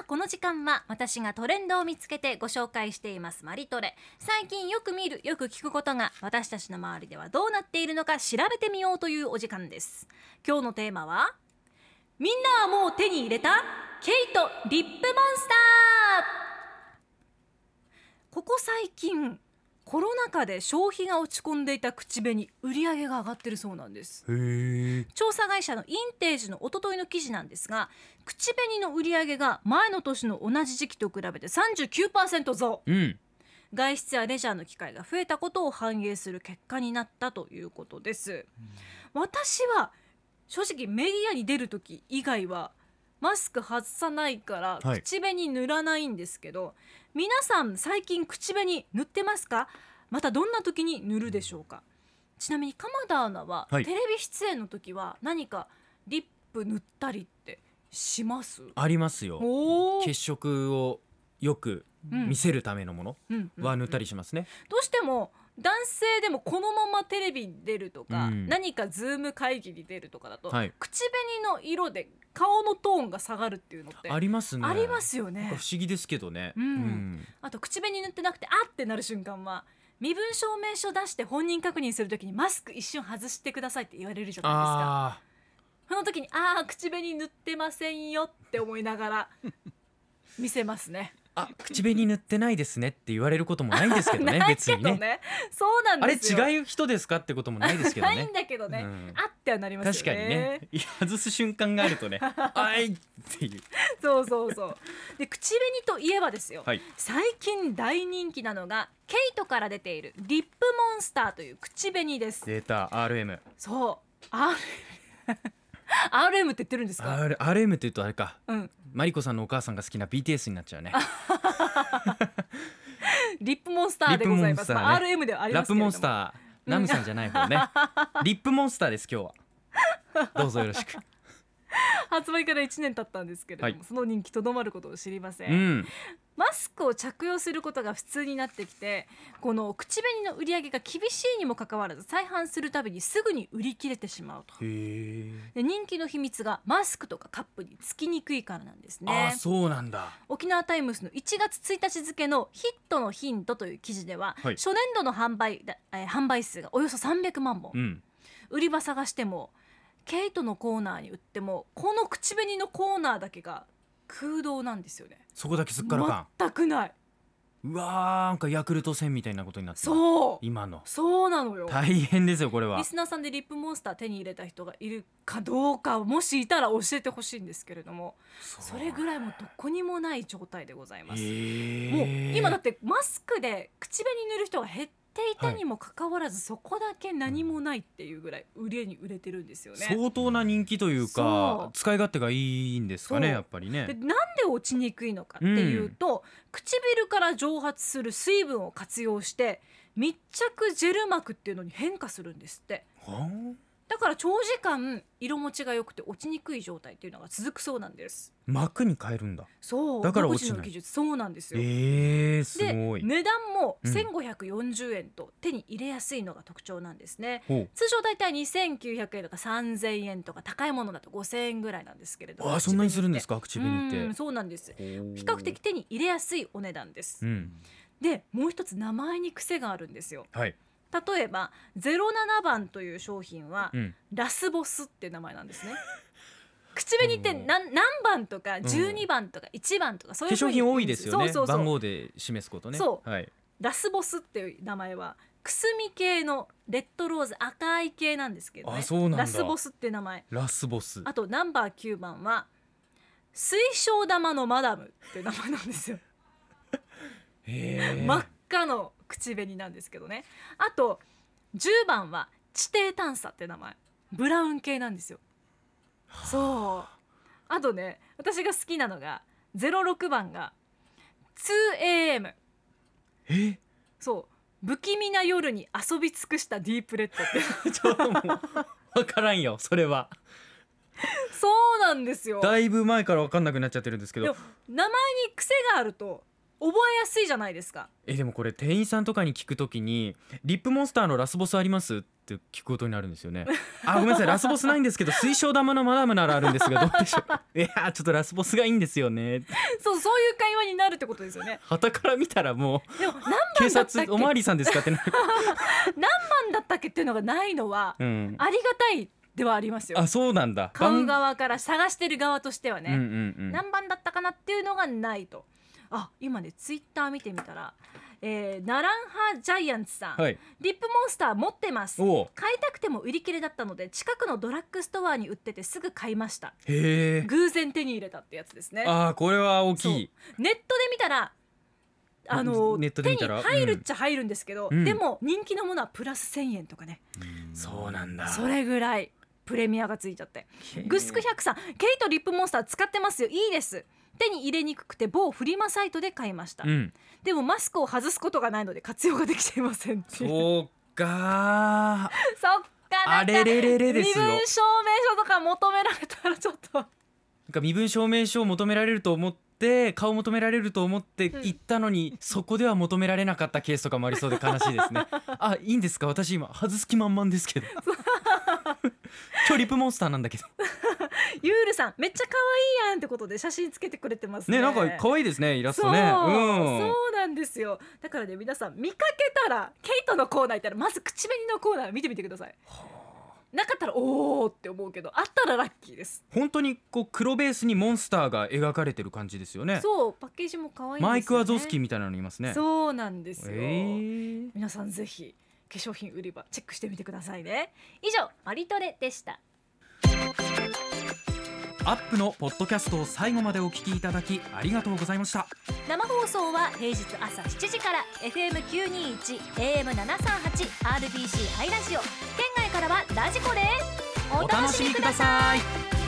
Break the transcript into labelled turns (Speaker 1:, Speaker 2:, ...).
Speaker 1: あこの時間は私がトレンドを見つけてご紹介していますマリトレ最近よく見るよく聞くことが私たちの周りではどうなっているのか調べてみようというお時間です今日のテーマはみんなはもう手に入れたケイトリップモンスターここ最近コロナ禍で消費が落ち込んでいた口紅売り上げが上がってるそうなんです
Speaker 2: へえ
Speaker 1: 調査会社のインテージの一昨日の記事なんですが口紅の売り上げが前の年の同じ時期と比べて39%増
Speaker 2: うん
Speaker 1: 外出やレジャーの機会が増えたことを反映する結果になったということです、私は正直メディアに出る時以外はマスク外さないから
Speaker 2: はい
Speaker 1: 口紅塗らないんですけど、皆さん最近口紅塗ってますかまたどんな時に塗るでしょうかちなみに鎌田アナは、
Speaker 2: はい
Speaker 1: テレビ出演の時は何かリップ塗ったりってします
Speaker 2: ありますよ
Speaker 1: おー
Speaker 2: 血色をよく
Speaker 1: うん
Speaker 2: 見せるためのもの
Speaker 1: うんうん
Speaker 2: は塗ったりしますね、
Speaker 1: どうしても男性でもこのままテレビに出るとか、
Speaker 2: うん
Speaker 1: 何かズーム会議に出るとかだと、
Speaker 2: はい
Speaker 1: 口紅の色で顔のトーンが下がるっていうのって
Speaker 2: ありますね
Speaker 1: ありますよ
Speaker 2: なん
Speaker 1: ね
Speaker 2: か不思議ですけどね、
Speaker 1: うんあと口紅塗ってなくてあってなる瞬間は身分証明書出して本人確認するときにマスク一瞬外してくださいって言われるじゃないですかそ
Speaker 2: あ
Speaker 1: の時にああ口紅塗ってませんよって思いなが ら見せますね
Speaker 2: ーあ口紅塗ってないですねって言われることもないんですけど ね
Speaker 1: ない
Speaker 2: 別
Speaker 1: け
Speaker 2: に
Speaker 1: どね
Speaker 2: ね
Speaker 1: そうなん
Speaker 2: あれ
Speaker 1: ですよ
Speaker 2: 違う人ですかってこともないですけど
Speaker 1: ない
Speaker 2: ね
Speaker 1: んだけどね、
Speaker 2: うん
Speaker 1: あってはなりますよね
Speaker 2: 確かにね外す瞬間がある とねあいっていう
Speaker 1: そうそうそう。で口紅といえばですよ。
Speaker 2: はい
Speaker 1: 最近大人気なのがケイトから出ているリップモンスターという口紅です。
Speaker 2: データ RM
Speaker 1: そう。R RM って言ってるんですか。
Speaker 2: R RM っていうとあれか
Speaker 1: うん。
Speaker 2: マリコさんのお母さんが好きな BTS になっちゃうね
Speaker 1: リップモンスターでございます。
Speaker 2: リップ
Speaker 1: ま
Speaker 2: モ
Speaker 1: あ
Speaker 2: ンスター
Speaker 1: RM ではあり
Speaker 2: ラ
Speaker 1: ま
Speaker 2: ッ
Speaker 1: すけれど
Speaker 2: プ
Speaker 1: も。
Speaker 2: モンスターナムさんじゃない 方ねリップモンスターです今日はどうぞよろし く
Speaker 1: 発売から1年経ったんですけれども、
Speaker 2: はい
Speaker 1: その人気とどまることを知りません。
Speaker 2: うん
Speaker 1: マスクを着用することが普通になってきてこの口紅の売り上げが厳しいにもかかわらず再販するたびにすぐに売り切れてしまうと
Speaker 2: へえ
Speaker 1: で人気の秘密がマスクとかカップにつきにくいからなんです
Speaker 2: あ
Speaker 1: ね
Speaker 2: ーそうなんだ
Speaker 1: 沖縄タイムズの1月1日付のヒットのヒントという記事では、
Speaker 2: はい
Speaker 1: 初年度の販売だ、えー販売数がおよそ300万本、
Speaker 2: うん
Speaker 1: 売り場探してもケイトのコーナーに売ってもこの口紅のコーナーだけが空洞なんですよね
Speaker 2: そこだけすっからか
Speaker 1: 全くない
Speaker 2: んうわーなんかヤクルト1000みたいなことになってる
Speaker 1: そう
Speaker 2: 今の
Speaker 1: そうなのよ
Speaker 2: 大変ですよこれは
Speaker 1: リスナーさんでリップモンスター手に入れた人がいるかどうかもしいたら教えてほしいんですけれどもそれぐ
Speaker 2: い
Speaker 1: らいもうどこにもない状態でございます。もう
Speaker 2: へえ
Speaker 1: 今だってマスクで口紅塗る人が減っていたにもかかわらず、そこだけ何もないっていうぐらい売れに売れてるんですよね。
Speaker 2: 相当な人気という
Speaker 1: そ
Speaker 2: か
Speaker 1: う
Speaker 2: 使い勝手がいいんですかね
Speaker 1: そう
Speaker 2: やっぱり
Speaker 1: で
Speaker 2: ね
Speaker 1: なんで落ちにくいのかっていうと、唇から蒸発する水分を活用して密着ジェル膜っていうのに変化するんですって
Speaker 2: はん
Speaker 1: だから長時間色持ちが良くて落ちにくい状態っていうのが続くそうなんです
Speaker 2: 膜に変えるんだ
Speaker 1: そう
Speaker 2: だから
Speaker 1: 独
Speaker 2: 落ち
Speaker 1: 自
Speaker 2: ない
Speaker 1: の技術そうなんですよ、
Speaker 2: えー、す
Speaker 1: で
Speaker 2: ごい
Speaker 1: 値段も
Speaker 2: うん
Speaker 1: 1540円と手に入れやすいのが特徴なんですね、
Speaker 2: ほ
Speaker 1: 通常大体2900円とか3000円とか高いものだと5000円ぐらいなんですけれど
Speaker 2: うあーそんなにするんです
Speaker 1: か
Speaker 2: か口紅って
Speaker 1: そうなんです
Speaker 2: 比
Speaker 1: 比較的手に入れやすいお値段です、
Speaker 2: うん
Speaker 1: でもう一つ名前に癖があるんですよ
Speaker 2: はい、
Speaker 1: 例えば07番という商品は
Speaker 2: うん、
Speaker 1: ラスボスって名前なんですね口紅 って何何番とか12番とか1番とかそう
Speaker 2: 化
Speaker 1: いう風
Speaker 2: 粧
Speaker 1: に
Speaker 2: 品多いですよね
Speaker 1: そうそうそう
Speaker 2: 番号で示すことね
Speaker 1: そう
Speaker 2: はい、
Speaker 1: ラスボスっていう名前はくすみ系のレッドローズ赤い系なんですけどね
Speaker 2: あそうなんだ
Speaker 1: ラスボスって名前
Speaker 2: ラスボス
Speaker 1: あとナンバー9番は水晶玉のマダムっていう名前なんですよ、
Speaker 2: へー
Speaker 1: 真っ赤の口紅なんですけどねあと10番は地底探査って名前ブラウン系なんですよそうあとね私が好きなのが06番が 2AM
Speaker 2: え
Speaker 1: そう不気味な夜に遊び尽くしたディープレッド って
Speaker 2: ちょっともう分からんよそれは
Speaker 1: そうなんですよ
Speaker 2: だいぶ前から分かんなくなっちゃってるんですけ
Speaker 1: で
Speaker 2: ど
Speaker 1: も名前に癖があると覚えやすいじゃないですか
Speaker 2: えでもこれ店員さんとかに聞くときに「リップモンスターのラスボスあります?」って聞くことになるんです よね。あごめんなさいラスボスないんですけど水晶玉のマダムならあるんですがどうでしょ ういやーちょっとラスボスがいいんですよね
Speaker 1: そうそういう会話になるってことですよね
Speaker 2: 旗から見たらも
Speaker 1: でも何
Speaker 2: う警
Speaker 1: 番だったっけ
Speaker 2: 察おまわりさんですかってなる、
Speaker 1: 番だったっけっていうのがないのは
Speaker 2: うん、
Speaker 1: ありがたいではありますよ
Speaker 2: あそうなんだ
Speaker 1: 買う
Speaker 2: 番
Speaker 1: 側から探してる側としてはね、
Speaker 2: うんうんうん、
Speaker 1: 何番だったかなっていうのがないとあ今ねツイッター見てみたら、えーナランハジャイアンツさん、
Speaker 2: はい
Speaker 1: リップモンスター持ってます
Speaker 2: おお
Speaker 1: 買いたくても売り切れだったので近くのドラッグストアに売っててすぐ買いました
Speaker 2: へえ
Speaker 1: 偶然手に入れたってやつですね
Speaker 2: あーこれは大きい
Speaker 1: ネットで見たらあの
Speaker 2: ネットで見たら
Speaker 1: 手に入るっちゃ入るんですけど、
Speaker 2: うん
Speaker 1: でも人気のものはプラス1000円とかね、
Speaker 2: そうなんだ
Speaker 1: それぐらいプレミアがついちゃってグスク100さんケイトリップモンスター使ってますよいいです手に入れにくくて某フリマサイトで買いました、
Speaker 2: うん
Speaker 1: でもマスクを外すことがないので活用ができていませんっていう
Speaker 2: そうかー
Speaker 1: そっかな
Speaker 2: あ
Speaker 1: んか
Speaker 2: れれれれですよ
Speaker 1: 身分証明書とか求められたらちょっと
Speaker 2: なんか身分証明書を求められると思って顔求められると思って
Speaker 1: うん
Speaker 2: 行ったのに、そこでは求められなかったケースとかもありそうで悲しいで すねあいいんですか私今外す気満々ですけど今日リップモンスターなんだけど
Speaker 1: ゆうるさんめっちゃ可愛いやんってことで写真つけてくれてますね
Speaker 2: ねなんか可愛いですねイラス
Speaker 1: そう、
Speaker 2: トね
Speaker 1: そうなんですよだからね皆さん見かけたらケイトのコーナーいたらまず口紅のコーナー見てみてくださいなかったらおーって思うけどあったらラッキーです
Speaker 2: 本当にこう黒ベースにモンスターが描かれてる感じですよね
Speaker 1: そうパッケージも可愛いんですよね
Speaker 2: マイク・アゾフスキーみたいなのいますね
Speaker 1: そうなんですよ、
Speaker 2: えー
Speaker 1: 皆さんぜひ化粧品売り場チェックしてみてくださいね以上マリトレでした
Speaker 2: アップのポッドキャストを最後までお聞きいただきありがとうございました
Speaker 1: 生放送は平日朝7時から FM921 AM738 RBC ハイラジオ県外からはラジコですお楽しみください
Speaker 2: さい